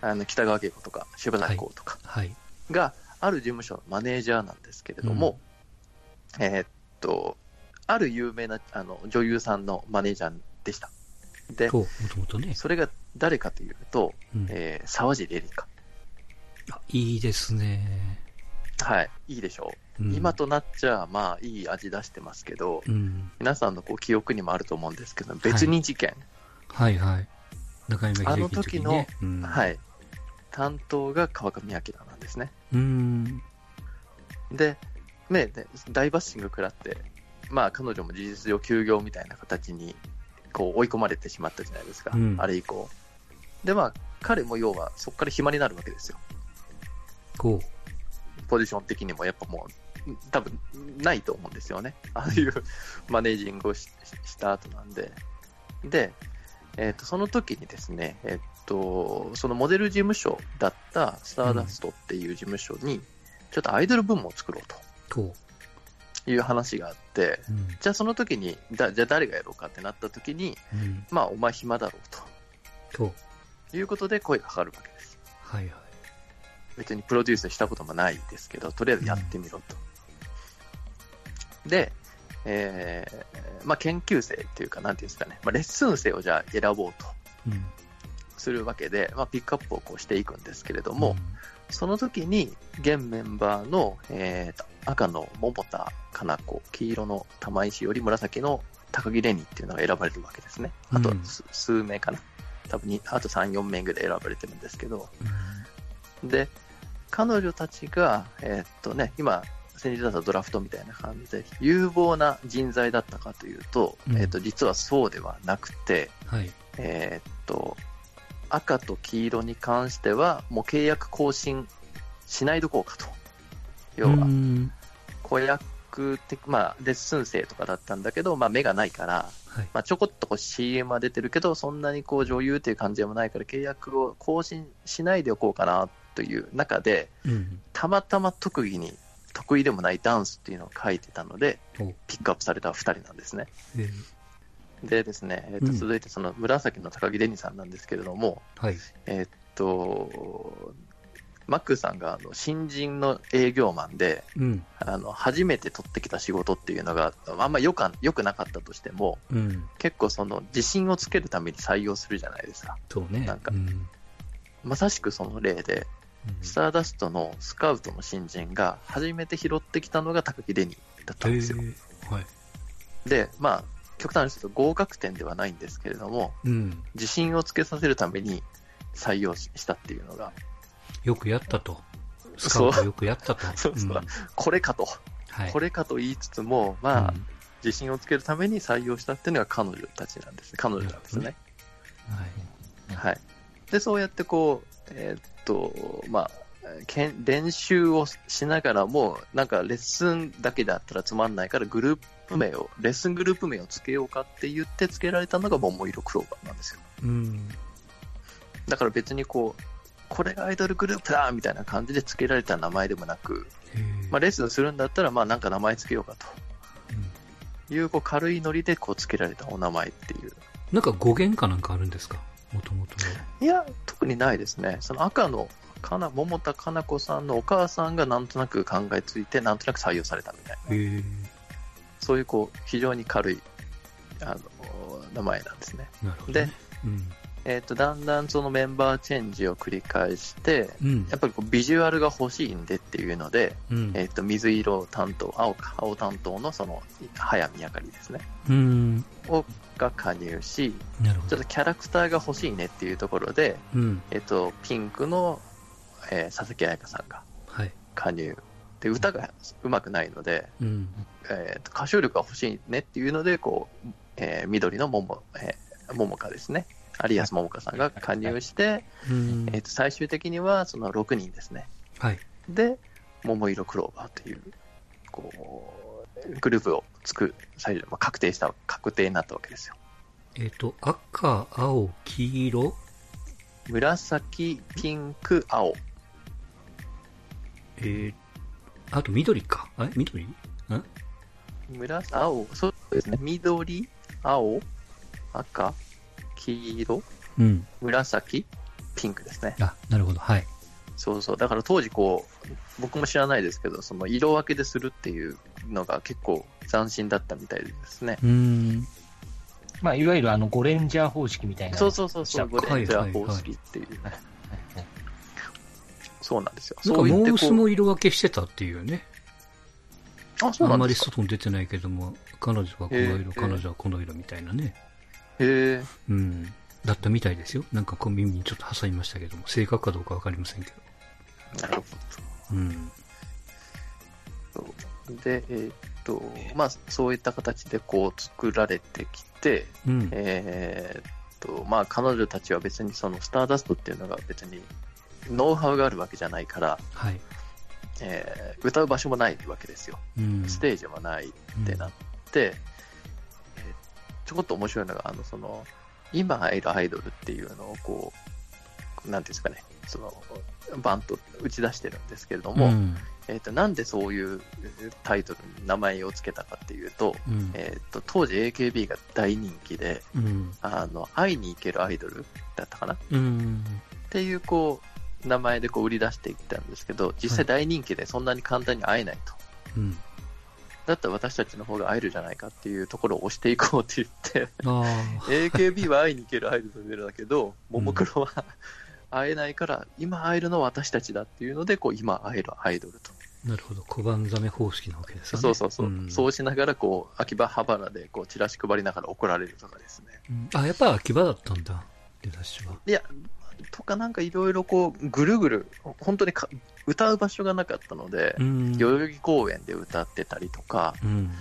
[SPEAKER 1] あの北川景子とか柴田光とか
[SPEAKER 3] はい。
[SPEAKER 1] がある事務所のマネージャーなんですけれども、えーっとある有名なあの女優さんのマネージャーでしたで
[SPEAKER 3] そう、もともとね。
[SPEAKER 1] それが誰かというと、
[SPEAKER 3] うん
[SPEAKER 1] えー沢尻エリカ
[SPEAKER 3] あいいですね。
[SPEAKER 1] はい、いいでしょう。
[SPEAKER 3] うん
[SPEAKER 1] 今となっちゃ、まあ、いい味出してますけど、
[SPEAKER 3] うん。
[SPEAKER 1] 皆さんのこう記憶にもあると思うんですけど、別に事件、
[SPEAKER 3] はいはい。中山秀樹の時ね。うん
[SPEAKER 1] はい、担当が川上明なんですね。
[SPEAKER 3] うん。
[SPEAKER 1] で、ね、で大バッシング食らって、まあ、彼女も事実上休業みたいな形にこう追い込まれてしまったじゃないですか、
[SPEAKER 3] うん
[SPEAKER 1] あれ以降。で、まあ、彼も要はそこから暇になるわけですよ。
[SPEAKER 3] こ
[SPEAKER 1] ポジション的にもやっぱもう、多分ないと思うんですよね。ああいうマネージングをししした後なんで。で、えっとその時にですね、えっと、そのモデル事務所だったスターダストっていう事務所に、ちょっとアイドル部門を作ろう
[SPEAKER 3] う、こ
[SPEAKER 1] という話があって、
[SPEAKER 3] う。うん。
[SPEAKER 1] じゃあその時に、だじゃあ誰がやろうかってなった時に、
[SPEAKER 3] うん。
[SPEAKER 1] まあお前暇だろう
[SPEAKER 3] こう。
[SPEAKER 1] ということで声がかかるわけです。
[SPEAKER 3] はいは
[SPEAKER 1] 別にプロデュースしたこともないですけど、とりあえずやってみろと。で、えーまあ、研究生っていうか、なんていうんですかね、まあ、レッスン生をじゃあ選ぼうと
[SPEAKER 3] い。うん。
[SPEAKER 1] するわけで、まあ、ピックアップをこうしていくんですけれども、その時に現メンバーの、えーと赤の桃田かな子、黄色の玉井詩より紫の高木レニっていうのが選ばれるわけですね。あと
[SPEAKER 3] うん
[SPEAKER 1] 数,、数名かな。多分にあと3、4名ぐらい選ばれてるんですけど、
[SPEAKER 3] うん、
[SPEAKER 1] で、彼女たちが、えーっとね、今、先日だったドラフトみたいな感じで、有望な人材だったかというと、
[SPEAKER 3] うん
[SPEAKER 1] えーっと、実はそうではなくて、
[SPEAKER 3] はい。
[SPEAKER 1] えーっと、赤と黄色に関しては、もう契約更新しないどころかと。要
[SPEAKER 3] う
[SPEAKER 1] は、
[SPEAKER 3] ん
[SPEAKER 1] 子役的、まあ、レッスン生とかだったんだけど、まあ、目がないから、
[SPEAKER 3] はい。
[SPEAKER 1] まあ、ちょこっとこう CM は出てるけど、そんなにこう女優っていう感じでもないから、契約を更新しないでおこうかなという中で、
[SPEAKER 3] うん。
[SPEAKER 1] たまたま特技に得意でもないダンスっていうのを書いてたので、
[SPEAKER 3] お
[SPEAKER 1] ピックアップされた2人なんですね。
[SPEAKER 3] えー
[SPEAKER 1] でですね、えー
[SPEAKER 3] う
[SPEAKER 1] と
[SPEAKER 3] ん
[SPEAKER 1] 続いてその紫の高木デニさんなんですけれども、
[SPEAKER 3] はい。
[SPEAKER 1] えーっと、マックさんがあの新人の営業マンで、
[SPEAKER 3] うん。
[SPEAKER 1] あの初めて取ってきた仕事っていうのがあんま良か良くなかったとしても、
[SPEAKER 3] うん。
[SPEAKER 1] 結構その自信をつけるために採用するじゃないですか。
[SPEAKER 3] そうね。
[SPEAKER 1] なんか
[SPEAKER 3] うん。
[SPEAKER 1] まさしくその例で、
[SPEAKER 3] うん
[SPEAKER 1] スターダストのスカウトの新人が初めて拾ってきたのが高木デニだったんですよ。
[SPEAKER 3] へーはい。
[SPEAKER 1] で、まあ、極端にすると合格点ではないんですけれども、
[SPEAKER 3] うん。
[SPEAKER 1] 自信をつけさせるために採用ししたっていうのが、
[SPEAKER 3] よくやったと。スカ
[SPEAKER 1] そう
[SPEAKER 3] ウトよくやったと。
[SPEAKER 1] そうそうんこれかと、
[SPEAKER 3] はい。
[SPEAKER 1] こ
[SPEAKER 3] れ
[SPEAKER 1] れかと言いつつも、まあ、自信をつけるために採用したっていうのが彼女たちなんです。彼女なんですね。
[SPEAKER 2] うん
[SPEAKER 1] はい。で、そうやってこう、えーっと、まあ、けん練習をしながらも、なんかレッスンだけだったらつまんないから、グループ名を、レッスングループ名をつけようかって言ってつけられたのが桃色クローバーなんですよ。
[SPEAKER 3] うん。
[SPEAKER 1] だから別にこう、これがアイドルグループだみたいな感じで付けられた名前でもなく、
[SPEAKER 3] へー
[SPEAKER 1] まあ、レッスンするんだったら、まあなんか名前つけようか
[SPEAKER 3] うん
[SPEAKER 1] というこう軽いノリでこう付けられたお名前っていう。
[SPEAKER 3] なんか語源かなんかあるんですかもともと
[SPEAKER 1] いや、特にないですね。その赤のかな桃田かな子さんのお母さんがなんとなく考えついて、なんとなく採用されたみたいな、
[SPEAKER 3] へえ。
[SPEAKER 1] そういうこう非常に軽いあの名前なんですね。
[SPEAKER 3] なるほど。
[SPEAKER 1] で、、
[SPEAKER 3] うん。
[SPEAKER 1] えっとだんだんそのメンバーチェンジを繰り返して、
[SPEAKER 3] うん
[SPEAKER 1] やっ。ぱりこうビジュアルが欲しいんでっていうので、
[SPEAKER 3] うん。
[SPEAKER 1] えっと水色担当、青か青担当のその早見あかりですね、
[SPEAKER 3] うん。
[SPEAKER 1] をが加入し、
[SPEAKER 3] なるほ
[SPEAKER 1] ちょ
[SPEAKER 3] ど
[SPEAKER 1] っ。とキャラクターが欲しいねっていうところで、
[SPEAKER 3] うん。
[SPEAKER 1] えっと、ピンクの、えー佐々木彩香さんが
[SPEAKER 3] はい。
[SPEAKER 1] 加入。で、歌が上手くないので、
[SPEAKER 3] うん。
[SPEAKER 1] えーと歌唱力が欲しいねっていうので、こう、えー緑のもも、えー、ももかですね。有安桃香さんが加入して、
[SPEAKER 3] うん
[SPEAKER 1] えーと最終的にはその6人ですね。
[SPEAKER 3] はい。
[SPEAKER 1] で、桃色クローバーという、こう、グループを作る、最初、まあ、確定した、確定になったわけですよ。
[SPEAKER 3] えっと、赤、青、黄色、
[SPEAKER 1] 紫、ピンク、青。
[SPEAKER 3] えー、あと緑か。え緑
[SPEAKER 1] 紫、青、そうですね。緑、青、赤、黄色、
[SPEAKER 3] うん。
[SPEAKER 1] 紫、ピンクですね。
[SPEAKER 3] あ、なるほど。はい。
[SPEAKER 1] そうそう。だから当時こう、僕も知らないですけど、その色分けでするっていうのが結構斬新だったみたいですね。
[SPEAKER 3] うーん。
[SPEAKER 2] まあ、いわゆるあの、ゴレンジャー方式みたいな。
[SPEAKER 1] そうそうそうそう、
[SPEAKER 2] は
[SPEAKER 1] ゴ
[SPEAKER 2] い
[SPEAKER 1] レンジャー方式っていう。
[SPEAKER 2] はいはい
[SPEAKER 1] そうなんですよ。
[SPEAKER 3] なんか
[SPEAKER 1] そう言
[SPEAKER 3] モ
[SPEAKER 1] って
[SPEAKER 3] ー
[SPEAKER 1] こ
[SPEAKER 3] ス
[SPEAKER 1] う
[SPEAKER 3] も色分けしてたっていうね。
[SPEAKER 1] あ、そう
[SPEAKER 3] あ
[SPEAKER 1] なん
[SPEAKER 3] ま
[SPEAKER 1] で
[SPEAKER 3] り
[SPEAKER 1] すか。
[SPEAKER 3] 外に出てないけども、彼女はこの
[SPEAKER 1] え
[SPEAKER 3] 色、
[SPEAKER 1] ー
[SPEAKER 3] 彼女はこの色みたいなね。
[SPEAKER 1] へえ。
[SPEAKER 3] うん。だったみたいですよ。なんかこう耳にちょっと挟みましたけども、正確かどうかわかりませんけど。
[SPEAKER 1] なるほ
[SPEAKER 3] うん。
[SPEAKER 1] ど。で、えーっと、まあ、そういった形でこう作られてきて、
[SPEAKER 3] うん。
[SPEAKER 1] えーっと、まあ、彼女たちは別にそのスターダストっていうのが別にノウハウがあるわけじゃないから、
[SPEAKER 3] はい。
[SPEAKER 1] えー歌う場所もないわけですよ。
[SPEAKER 3] うん。
[SPEAKER 1] ステージもないってなって、えーちょこっと面白いのが、あの、その、今会えるアイドルっていうのをこう、なんていうんですかね、その、バンと打ち出してるんですけれど
[SPEAKER 3] う
[SPEAKER 1] も、
[SPEAKER 3] ん。
[SPEAKER 1] えーと、なんでそういうえータイトルに名前を付けたかっていうと、
[SPEAKER 3] うん。
[SPEAKER 1] えーと、当時 AKB が大人気で、
[SPEAKER 3] うん。
[SPEAKER 1] あの、会いに行けるアイドルだったかなっ
[SPEAKER 3] うん。
[SPEAKER 1] ていう、こう、名前でこう売り出していったんですけど、実際大人気でそんなに簡単に会えないと。
[SPEAKER 3] うん。
[SPEAKER 1] だったら私たちの方が会えるじゃないかっていうところを押していこうって言 って、
[SPEAKER 3] ああ。
[SPEAKER 1] AKB は会いに行けるアイドルなんだけど、ももクロは 会えないから、今会えるのは私たちだっていうので、こう、今会えるアイドルと。
[SPEAKER 3] なるほど。小判ザメ方式なわけですよね。
[SPEAKER 1] そうそうそう。
[SPEAKER 3] ん
[SPEAKER 1] そうしながら、こう、秋葉原で、こう、チラシ配りながら怒られるとかですね。
[SPEAKER 3] うんあ、やっぱ秋葉だったんだ。出だしは。
[SPEAKER 1] いや、とかなんかいろいろこう、ぐるぐる、本当にか歌う場所がなかったので、
[SPEAKER 3] うん。
[SPEAKER 1] 代々木公園で歌ってたりとか、
[SPEAKER 3] うん。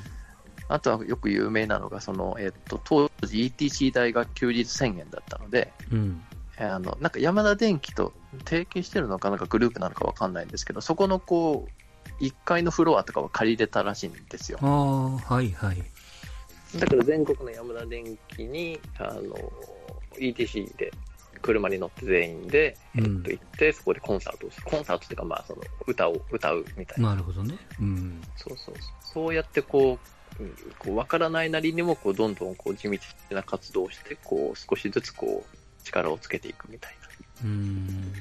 [SPEAKER 1] あとはよく有名なのが、その、えっと、当時 ETC 大が休日宣言だったので、
[SPEAKER 3] うん。
[SPEAKER 1] えーあの、なんか山田電機と提携してるのかなんかグループなのかわかんないんですけど、そこのこう、1階のフロアとかは借りれたらしいんですよ
[SPEAKER 3] あ。あ、はいはい。
[SPEAKER 1] だから全国の山田電機に、あの、ETC で車に乗って全員で、
[SPEAKER 3] うん
[SPEAKER 1] 行って、そこでコンサートをする。コンサートっていうか、まあ、その、歌を歌うみたいな。
[SPEAKER 3] なるほどね。うん。
[SPEAKER 1] そうそうそう。そうやってこう、うんこう分からないなりにも、こう、どんどんこう、地道な活動をして、こう、少しずつこう、力をつけていくみたいな。
[SPEAKER 3] うん。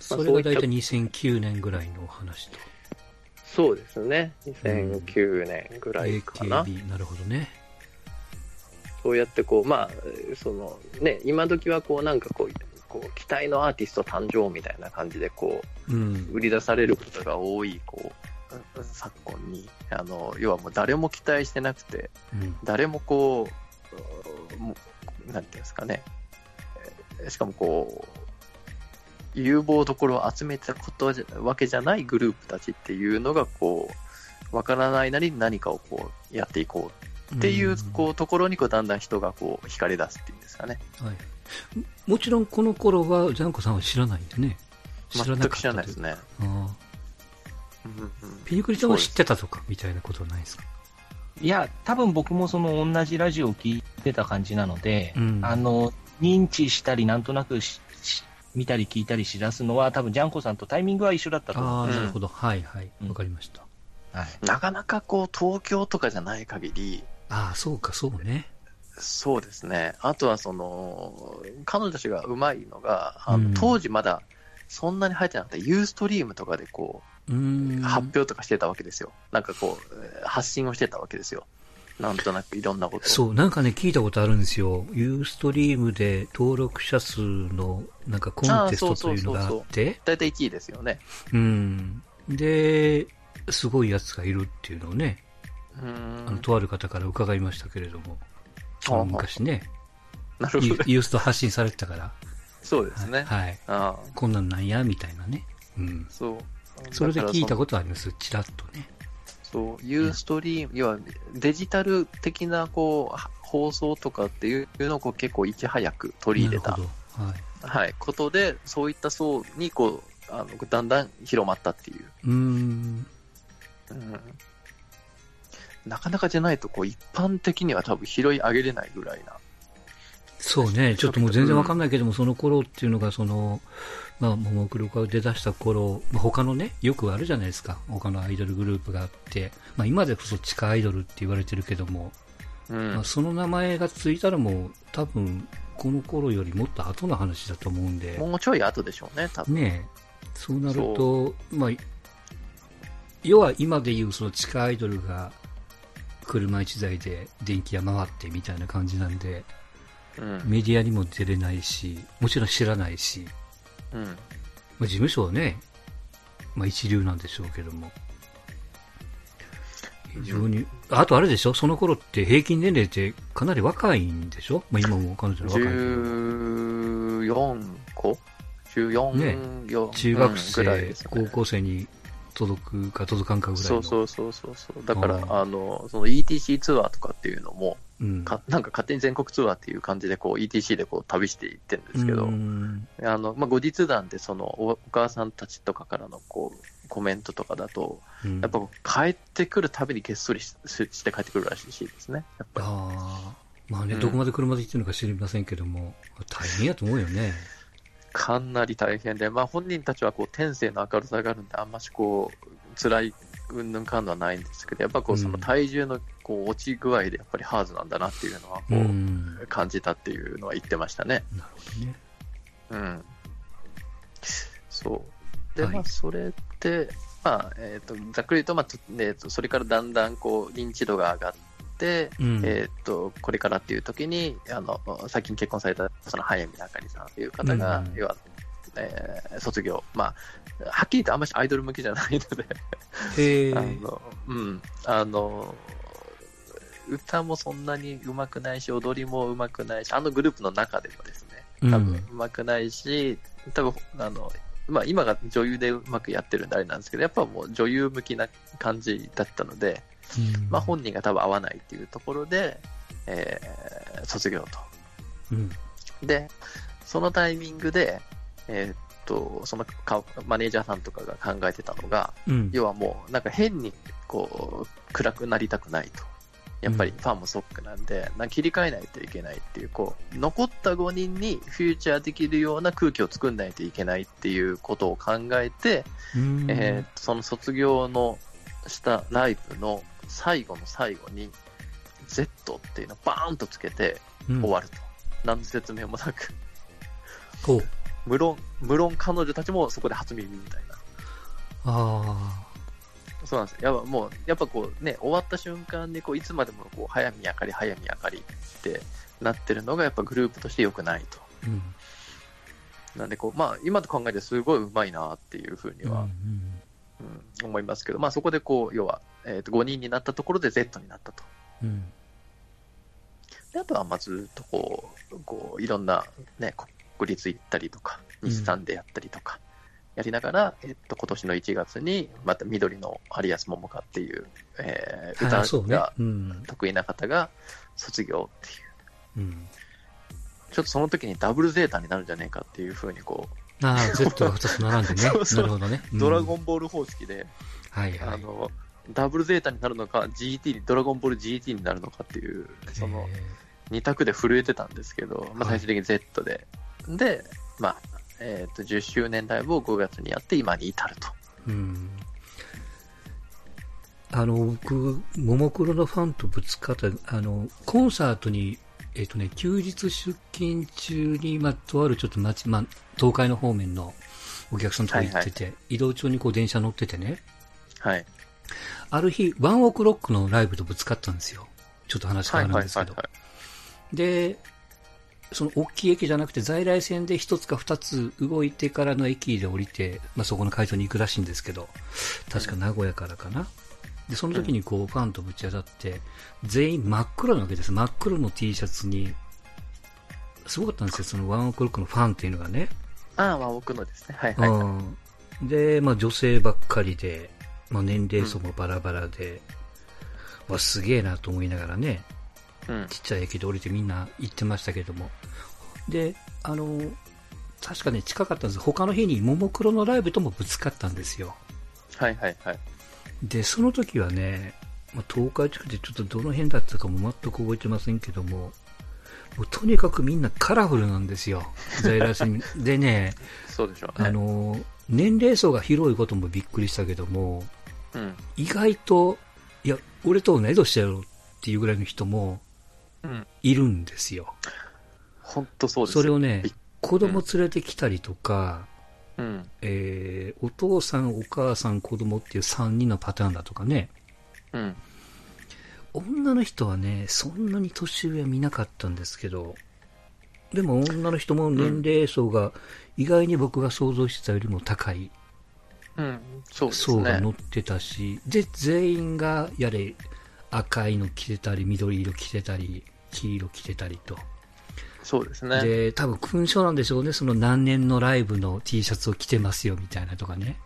[SPEAKER 3] それが大体2009年ぐらいのお話と。
[SPEAKER 1] そうですね。2009年ぐらいかな。
[SPEAKER 3] AKB、なるほどね。
[SPEAKER 1] そうやってこう、まあ、その、ね、今時はこう、なんかこう、こう期待のアーティスト誕生みたいな感じで、こ
[SPEAKER 3] う
[SPEAKER 1] う、
[SPEAKER 3] ん。
[SPEAKER 1] 売り出されることが多い、こう、昨今に、あの、要はもう誰も期待してなくて、
[SPEAKER 3] うん。
[SPEAKER 1] 誰もこう、もうなんていうんですかね、えーしかもこう、有望どころを集めたことじゃわけじゃないグループたちっていうのが、こう、わからないなりに何かをこうやっていこうっていう、こう、ところにこう、だんだん人がこう、惹かれ出すっていうんですかね。
[SPEAKER 3] うん。はい。もちろんこの頃は、ジャンコさんは知らないんでね。知ら
[SPEAKER 1] 全
[SPEAKER 3] な
[SPEAKER 1] く
[SPEAKER 3] かっ
[SPEAKER 1] 知ら
[SPEAKER 3] た
[SPEAKER 1] ない
[SPEAKER 3] と
[SPEAKER 1] で
[SPEAKER 3] いう
[SPEAKER 1] すね。
[SPEAKER 3] ああ
[SPEAKER 1] うんうん
[SPEAKER 3] ピリクリちゃんは知ってたとか、みたいなことはないですか
[SPEAKER 2] いや、多分僕もその同じラジオを聞いてた感じなので、
[SPEAKER 3] うん
[SPEAKER 2] あの、認知したり、なんとなくしし見たり聞いたりしだすのは、多分ジャンコさんとタイミングは一緒だったと思
[SPEAKER 3] あ
[SPEAKER 2] う。
[SPEAKER 3] あ、
[SPEAKER 1] うん
[SPEAKER 3] なるほど。はいはい。
[SPEAKER 2] うん
[SPEAKER 3] わかりました。
[SPEAKER 2] はい、
[SPEAKER 1] なかなかこう、東京とかじゃない限り、
[SPEAKER 3] ああ、そうか、そうね。
[SPEAKER 1] そうですね。あとはその、彼女たちがうまいのが、あの
[SPEAKER 3] うん
[SPEAKER 1] 当時まだそんなに入ってなかったユーストリームとかでこ
[SPEAKER 3] うーん。
[SPEAKER 1] う、発表とかしてたわけですよ。なんかこう、えー発信をしてたわけですよ。なんとなくいろんなことを。
[SPEAKER 3] そう、なんかね、聞いたことあるんですよ。ユーストリームで登録者数の、なんかコンテストというのがあって、
[SPEAKER 1] 大体1位ですよね。
[SPEAKER 3] うん。で、すごいやつがいるっていうのをね、
[SPEAKER 1] うーん
[SPEAKER 3] あの、とある方から伺いましたけれども、あ
[SPEAKER 1] あ
[SPEAKER 3] の昔ね、
[SPEAKER 1] なるほ
[SPEAKER 3] ユ
[SPEAKER 1] ど。
[SPEAKER 3] ユースト発信されてたから、
[SPEAKER 1] そうですね。
[SPEAKER 3] はい。
[SPEAKER 1] ああ
[SPEAKER 3] こんなんなんや、みたいなね。うん。
[SPEAKER 1] そう。
[SPEAKER 3] それで聞いた
[SPEAKER 1] と
[SPEAKER 3] ことあります、ちらっとね。
[SPEAKER 1] そう、ユーストリーム、要はデジタル的なこうは放送とかっていうのをこう結構いち早く取り入
[SPEAKER 3] なる
[SPEAKER 1] れた
[SPEAKER 3] ほど。はい。
[SPEAKER 1] はい、ことで、そういった層にこうあのだんだん広まったっていう、
[SPEAKER 3] うーん。
[SPEAKER 1] うん、なかなかじゃないとこう一般的には多分拾い上げれないぐらいな、
[SPEAKER 3] そうね、ちょっともう全然わかんないけども、その頃っていうのが、その、まあ、ももクロが出だした頃、まあ、他のね、よくあるじゃないですか。他のアイドルグループがあって、まあ、今でこそ地下アイドルって言われてるけども、
[SPEAKER 1] うん
[SPEAKER 3] まあ、その名前がついたらもう、多分、この頃よりもっと後の話だと思うんで、
[SPEAKER 1] もうちょい後でしょうね、多分
[SPEAKER 3] ねえ、そうなると、まあ、要は今でいうその地下アイドルが、車一台で電気屋回ってみたいな感じなんで、
[SPEAKER 1] うん
[SPEAKER 3] メディアにも出れないし、もちろん知らないし、
[SPEAKER 1] うん
[SPEAKER 3] ままあ、事務所はね、まあ、一流なんでしょうけども。非常に、あとあれでしょその頃って平均年齢ってかなり若いんでしょまあ、今も彼女の若いけど。
[SPEAKER 1] 14個 ?14、
[SPEAKER 3] ね
[SPEAKER 1] よ
[SPEAKER 3] 中学生、
[SPEAKER 1] うんぐらいですね
[SPEAKER 3] 高校生に届くか届かんかぐらいの。
[SPEAKER 1] そうそうそうそうそう。だから
[SPEAKER 3] う、ん
[SPEAKER 1] あの、その ETC ツアーとかっていうのも、
[SPEAKER 3] うん。
[SPEAKER 1] かなんか勝手に全国ツアーっていう感じで、こう ETC でこう旅していってるんですけど、
[SPEAKER 3] うん
[SPEAKER 1] あの、まあ、後日談でそのおお母さんたちとかからのこう、コメントとかだと、
[SPEAKER 3] うん
[SPEAKER 1] やっぱこう帰ってくるたびにげっそりししして帰ってくるらしいですね。やっぱり
[SPEAKER 3] あーまあね、
[SPEAKER 1] うん
[SPEAKER 3] どこまで車で行ってるのか知りませんけども、大変やと思うよね。
[SPEAKER 1] かなり大変で、まあ、本人たちはこう天性の明るさがあるんで、あんましこう辛い云々かんのはないんですけど、やっぱこう
[SPEAKER 3] うん
[SPEAKER 1] その体重のこう落ち具合でやっぱりハードなんだなっていうのはこ
[SPEAKER 3] う。
[SPEAKER 1] うん
[SPEAKER 3] なる
[SPEAKER 1] 感じたっていうのは言ってましたね。
[SPEAKER 3] ほどね。
[SPEAKER 1] うん、そうで、
[SPEAKER 3] はい
[SPEAKER 1] まあ、それで、まあえー、とざっくり言うと、まあちょねえっとそれからだんだんこう認知度が上がって、
[SPEAKER 3] うん。
[SPEAKER 1] えーっと、これからっていう時に、あの、最近結婚された、その、早見あかりさんという方が、
[SPEAKER 3] うん
[SPEAKER 1] 要は、えー卒業。まあ、はっきりとあんましアイドル向きじゃないので、
[SPEAKER 3] へ
[SPEAKER 1] あ
[SPEAKER 3] ー
[SPEAKER 1] の、うん、あの、歌もそんなに上手くないし、踊りも上手くないし、あのグループの中でもですね、多分上手くないし、多分、あの、まあ今が女優でうまくやってるんであれなんですけど、やっぱもう女優向きな感じだったので、
[SPEAKER 3] うん
[SPEAKER 1] まあ、本人が多分合わないっていうところで、えー卒業
[SPEAKER 3] うん。
[SPEAKER 1] と。で、そのタイミングで、えーっと、そのかマネージャーさんとかが考えてたのが、
[SPEAKER 3] うん。
[SPEAKER 1] 要はもうなんか変にこう暗くなりたくないと。やっぱりファンもソックなんで、なんか切り替えないといけないっていう、こう、残った5人にフューチャーできるような空気を作んないといけないっていうことを考えて、
[SPEAKER 3] うん
[SPEAKER 1] えーその卒業のしたライブの最後の最後に Z っていうのをバーンとつけて
[SPEAKER 3] うん
[SPEAKER 1] 終わると。何の説明もなく。
[SPEAKER 3] ほう
[SPEAKER 1] 無論、無論彼女たちもそこで初耳みたいな。
[SPEAKER 3] あ
[SPEAKER 1] そうなんですよ。やっぱもう、やっぱこうね、終わった瞬間にこういつまでもこう、早見あかり、早見あかりってなってるのがやっぱグループとして良くないと。
[SPEAKER 3] ーうん
[SPEAKER 1] なんでこう、まあ今と考えてすごい上手いなっていうふうに
[SPEAKER 3] うん
[SPEAKER 1] は、うん思いますけど、まあそこでこう、要は、えーと5人になったところで Z になったと。
[SPEAKER 3] うんうん
[SPEAKER 1] であとはまあずっとこうこういろんな、ね、国立行ったりとか
[SPEAKER 3] うん
[SPEAKER 1] 日産でやったりとか、やりながら、えっと今年の1月にまた緑の有安桃香っていう、えー
[SPEAKER 3] あーそう
[SPEAKER 1] 歌
[SPEAKER 3] ね
[SPEAKER 1] が
[SPEAKER 3] うん
[SPEAKER 1] 得意な方が卒業っていう、
[SPEAKER 3] うん
[SPEAKER 1] ちょっとその時にダブルゼータになるんじゃねえかっていうふうにこ
[SPEAKER 3] ああ Z が2つ並んでね
[SPEAKER 1] そうそう
[SPEAKER 3] なるほどね、
[SPEAKER 1] う、ドラゴ
[SPEAKER 3] ン
[SPEAKER 1] ンボール方式で、
[SPEAKER 3] はいは
[SPEAKER 1] あ
[SPEAKER 3] い
[SPEAKER 1] のダブルゼータになるのか GT にドラゴンボール GT になるのかっていうその
[SPEAKER 3] えー
[SPEAKER 1] 2択で震えてたんですけど、まあ、最
[SPEAKER 3] はい
[SPEAKER 1] 終的に Z で、で、まあえー、と10周年ライブを5月にやって今に至ると。
[SPEAKER 3] うんあの僕、ももクロのファンとぶつかったあのコンサートに、えっとね、休日出勤中に、まあ、とあるちょっと町、まあ、東海の方面のお客さんとこ行ってて、移動中にこう電車乗っててね、
[SPEAKER 1] はい、
[SPEAKER 3] ある日、ワンオクロックのライブとぶつかったんですよ、ちょっと話変
[SPEAKER 1] はい
[SPEAKER 3] わる
[SPEAKER 1] はいはい
[SPEAKER 3] んですけど、
[SPEAKER 1] は
[SPEAKER 3] で、その大きい駅じゃなくて在来線で一つか二つ動いてからの駅で降りて、まあ、そこの会場に行くらしいんですけど、確か名古屋からかな。で、その時にこう、ファンとぶち当たって、全員真っ黒なわけです。真っ黒の T シャツに、すごかったんですよ、そのワンオクロックのファンっていうのがね。
[SPEAKER 1] い。ああ、まあ僕のですね。はいはい。
[SPEAKER 3] うん、で、まあ、女性ばっかりで、まあ、年齢層もバラバラで、まあ、すげえなと思いながらね、
[SPEAKER 1] うん。
[SPEAKER 3] ちっちゃい駅で降りてみんな行ってましたけれども。で、あの、確かね、近かったんです。他の日にももクロのライブともぶつかったんですよ。
[SPEAKER 1] はいはいはい。
[SPEAKER 3] で、その時はね、まあ、東海地区でちょっとどの辺だったかも全く覚えてませんけども、もうとにかくみんなカラフルなんですよ。在来線 でね、
[SPEAKER 1] そうでしょうね。
[SPEAKER 3] あの、年齢層が広いこともびっくりしたけども、
[SPEAKER 1] うん。
[SPEAKER 3] 意外と、いや、俺と同い年だよっていうぐらいの人も
[SPEAKER 1] うん。
[SPEAKER 3] いるんですよ。
[SPEAKER 1] 本当そうです
[SPEAKER 3] それをね
[SPEAKER 1] びっ、
[SPEAKER 3] 子供連れてきたりとか、
[SPEAKER 1] うん。
[SPEAKER 3] えーお父さん、お母さん、子供っていう3人のパターンだとかね、
[SPEAKER 1] うん。
[SPEAKER 3] 女の人はね、そんなに年上は見なかったんですけど、でも女の人も年齢層が意外に僕が想像してたよりも高い
[SPEAKER 1] うん、そうです
[SPEAKER 3] 層が
[SPEAKER 1] ね
[SPEAKER 3] 乗。ってたし、で、全員がやれ赤いの着てたり、緑色着てたり、黄色着てたりと。
[SPEAKER 1] そうですね。
[SPEAKER 3] で、多分勲章なんでしょうね、その何年のライブの T シャツを着てますよみたいなとかね。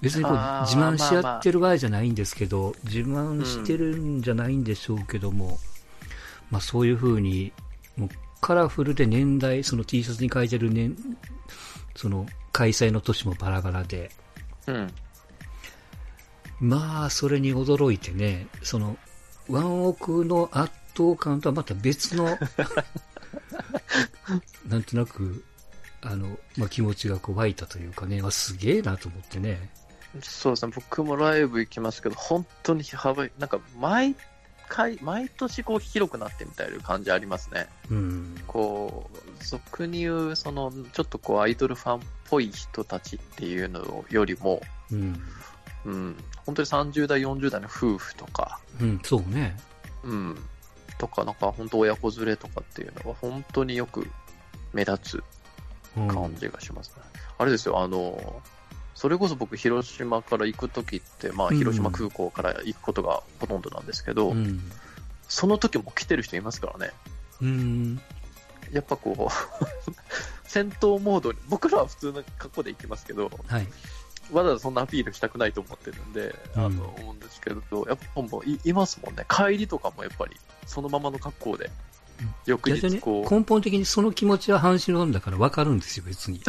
[SPEAKER 3] 別にこう
[SPEAKER 1] あー
[SPEAKER 3] 自慢し合ってる場合じゃないんですけど、自慢してるんじゃないんでしょうけども、まあそういうふうに、もうカラフルで年代、その T シャツに書いてる年、その開催の年もバラバラで、
[SPEAKER 1] うん。
[SPEAKER 3] まあそれに驚いてね、そのワンオクの圧倒感とはまた 別の、なんとなく、あの、まあ、気持ちがこう湧いたというかね、あすげえなと思ってね。
[SPEAKER 1] そうですね。僕もライブ行きますけど、本当に幅、なんか毎回、毎年こう広くなってみたいな感じありますね。
[SPEAKER 3] うん。
[SPEAKER 1] こう、俗に言う、その、ちょっとこうアイドルファンっぽい人たちっていうのよりも、
[SPEAKER 3] うん。
[SPEAKER 1] うん、本当に30代、40代の夫婦とか、
[SPEAKER 3] うん、そうね。
[SPEAKER 1] うん、とか、なんか本当親子連れとかっていうのは本当によく目立つ
[SPEAKER 3] うん
[SPEAKER 1] 感じがしますね。あれですよ、あの、それこそ僕、広島から行くときって、まあ、
[SPEAKER 3] うん
[SPEAKER 1] 広島空港から行くことがほとんどなんですけど、
[SPEAKER 3] うん。
[SPEAKER 1] その時も来てる人いますからね。
[SPEAKER 3] うん。
[SPEAKER 1] やっぱこう、 戦闘モードに、僕らは普通の格好で行きますけど、
[SPEAKER 3] はい。
[SPEAKER 1] わざわざそんなアピールしたくないと思ってるんで、あ
[SPEAKER 3] うん
[SPEAKER 1] の思うんですけど、やっぱもういいますもんね、帰りとかもやっぱり、そのままの格好で、翌
[SPEAKER 3] 逆に
[SPEAKER 1] 日
[SPEAKER 3] ね
[SPEAKER 1] こう、
[SPEAKER 3] 根本的にその気持ちは阪神ファンだから分かるんですよ、別に。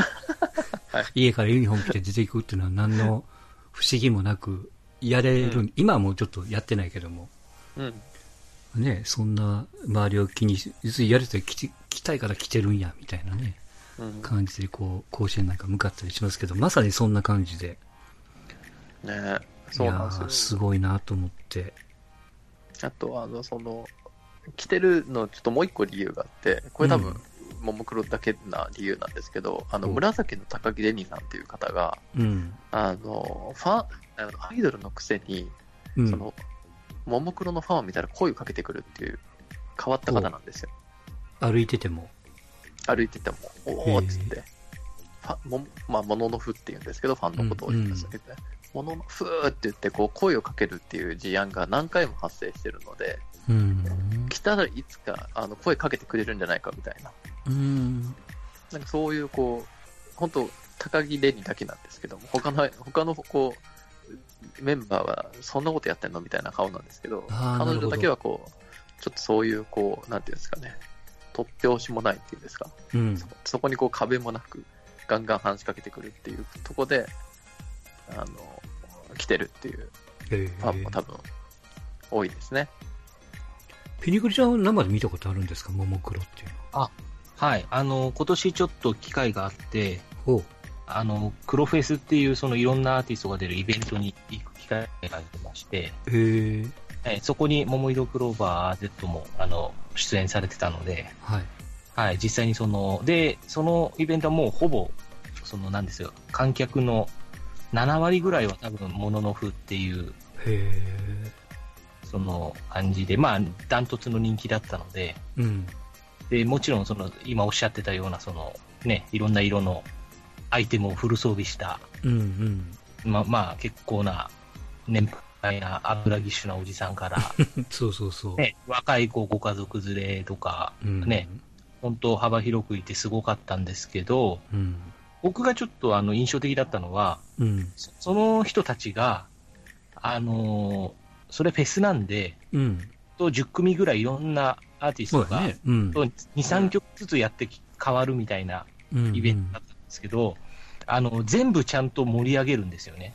[SPEAKER 1] はい
[SPEAKER 3] 家からユニフォーム着て出ていくっていうのは何の不思議もなく、やれる、
[SPEAKER 1] う
[SPEAKER 3] 今はもうちょっとやってないけども、
[SPEAKER 1] うん、
[SPEAKER 3] ね、そんな周りを気にし、別にやるときて来たいから来てるんや、みたいなね、
[SPEAKER 1] うん、
[SPEAKER 3] 感じでこう、甲子園なんか向かったりしますけど、まさにそんな感じで、
[SPEAKER 1] ねそうなん
[SPEAKER 3] いやー
[SPEAKER 1] です
[SPEAKER 3] す
[SPEAKER 1] よ。
[SPEAKER 3] ごいなと思って、
[SPEAKER 1] あと、あの、その、着てるの、ちょっともう一個理由があって、これ多分、ももクロだけな理由なんですけど、あの、
[SPEAKER 3] うん
[SPEAKER 1] 紫の高木デニーさんっていう方が、
[SPEAKER 3] うん。
[SPEAKER 1] あの、ファン、あのアイドルのくせに、
[SPEAKER 3] うん。
[SPEAKER 1] その、ももクロのファンを見たら声をかけてくるっていう、変わった方なんですよ。
[SPEAKER 3] 歩いてても。
[SPEAKER 1] 歩いてても、おおっつって、ファもまあ、もののふって言うんですけど、ファンのことを言いますけどね、もののふーって言って、こう、声をかけるっていう事案が何回も発生してるので、
[SPEAKER 3] うん。
[SPEAKER 1] 来たらいつか、あの、声かけてくれるんじゃないかみたいな、
[SPEAKER 3] うん。
[SPEAKER 1] なんかそういう、こう、本当高木レニだけなんですけども、他の、他の、こう、メンバーは、そんなことやってんのみたいな顔なんですけど、
[SPEAKER 3] あ
[SPEAKER 1] 彼
[SPEAKER 3] ーなるほ
[SPEAKER 1] 女
[SPEAKER 3] ど
[SPEAKER 1] だけはこう、ちょっとそういう、こう、なんていうんですかね、突拍子もないっていうんですか、
[SPEAKER 3] うん。
[SPEAKER 1] そそこにこう壁もなく、ガンガン話しかけてくるっていうとこで、あの、来てるっていう
[SPEAKER 3] え
[SPEAKER 1] ファンも多分多いですね。
[SPEAKER 3] ピニクリちゃんは生で見たことあるんですか、ももクロっていうのは。
[SPEAKER 2] はい。あの、今年ちょっと機会があって、
[SPEAKER 3] ほう。
[SPEAKER 2] あの、黒フェスっていうそのいろんなアーティストが出るイベントに行く機会がありまして、
[SPEAKER 3] へえ。
[SPEAKER 2] はい、そこに桃色クローバー Z もあの出演されてたので、
[SPEAKER 3] はい。
[SPEAKER 2] はい、実際にその、で、そのイベントはもうほぼ、そのなんですよ、観客の7割ぐらいは多分、もののふっていう、
[SPEAKER 3] へえ。
[SPEAKER 2] その感じで、まあ、ダントツの人気だったので、
[SPEAKER 3] うん。
[SPEAKER 2] で、もちろんその、今おっしゃってたような、その、ね、いろんな色のアイテムをフル装備した、
[SPEAKER 3] うんうん。
[SPEAKER 2] まあ、まあ、結構な、年配な、油ぎっしゅなおじさん から、
[SPEAKER 3] そうそうそう。
[SPEAKER 2] ね、若い子、ご家族連れとか、
[SPEAKER 3] うん、
[SPEAKER 2] ね。本当幅広くいてすごかったんですけど、
[SPEAKER 3] うん。
[SPEAKER 2] 僕がちょっとあの印象的だったのは、
[SPEAKER 3] うん。
[SPEAKER 2] そその人たちが、あのーそれフェスなんで、
[SPEAKER 3] うん。
[SPEAKER 2] と10組ぐらいいろんなアーティス
[SPEAKER 3] そ
[SPEAKER 2] ト
[SPEAKER 3] うだ
[SPEAKER 2] が、
[SPEAKER 3] ね。うん。
[SPEAKER 2] と2、3曲ずつやってき変わるみたいな
[SPEAKER 3] うん
[SPEAKER 2] イベントだったんですけど、あの全部ちゃんと盛り上げるんですよね。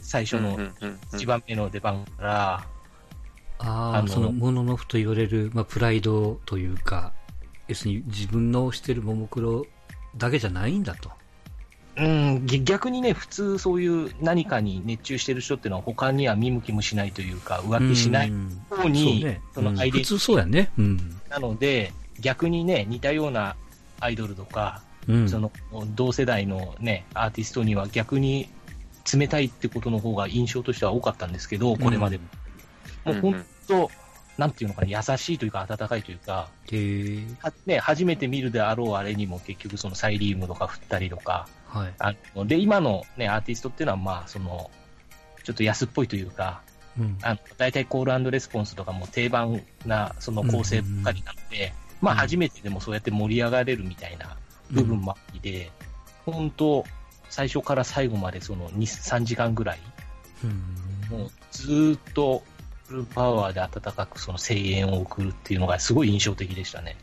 [SPEAKER 2] 最初の
[SPEAKER 1] うんうんうんうん
[SPEAKER 2] 1番目の出番から、
[SPEAKER 3] あ
[SPEAKER 2] あ
[SPEAKER 3] あ、
[SPEAKER 2] の
[SPEAKER 3] その、もののふと言われる、まあ、プライドというか、要するに自分のしてるももクロだけじゃないんだと。
[SPEAKER 2] うん、ぎ逆にね、普通そういう何かに熱中してる人っていうのは他には見向きもしないというか、浮気しない
[SPEAKER 3] うん
[SPEAKER 2] 方
[SPEAKER 3] そう
[SPEAKER 2] に、
[SPEAKER 3] ね。
[SPEAKER 2] その
[SPEAKER 3] うん
[SPEAKER 2] アイデンティ
[SPEAKER 3] 普
[SPEAKER 2] テ
[SPEAKER 3] 通
[SPEAKER 2] ィ
[SPEAKER 3] そうやね。うん。
[SPEAKER 2] なので、逆にね、似たようなアイドルとか、
[SPEAKER 3] うん。
[SPEAKER 2] その同世代の、ね、アーティストには逆に冷たいってことの方が印象としては多かったんですけど、これまでも。
[SPEAKER 1] うん
[SPEAKER 2] も
[SPEAKER 1] う
[SPEAKER 2] うん本当、なんていうのかな、優しいというか、温かいというか、
[SPEAKER 3] へえ。
[SPEAKER 2] はね、初めて見るであろうあれにも結局そのサイリウムとか振ったりとか、
[SPEAKER 3] はい。
[SPEAKER 2] あので、今のね、アーティストっていうのは、まあ、その、ちょっと安っぽいというか、
[SPEAKER 3] うん。
[SPEAKER 2] あの大体コールレスポンスとかも定番なその構成ばっかりなので、まあ
[SPEAKER 3] うん
[SPEAKER 2] 初めてでもそうやって盛り上がれるみたいな部分もありで、本当最初から最後までその2、3時間ぐらい、
[SPEAKER 3] うん。
[SPEAKER 2] もうずーっとフルパワーで温かくその声援を送るっていうのがすごい印象的でしたね。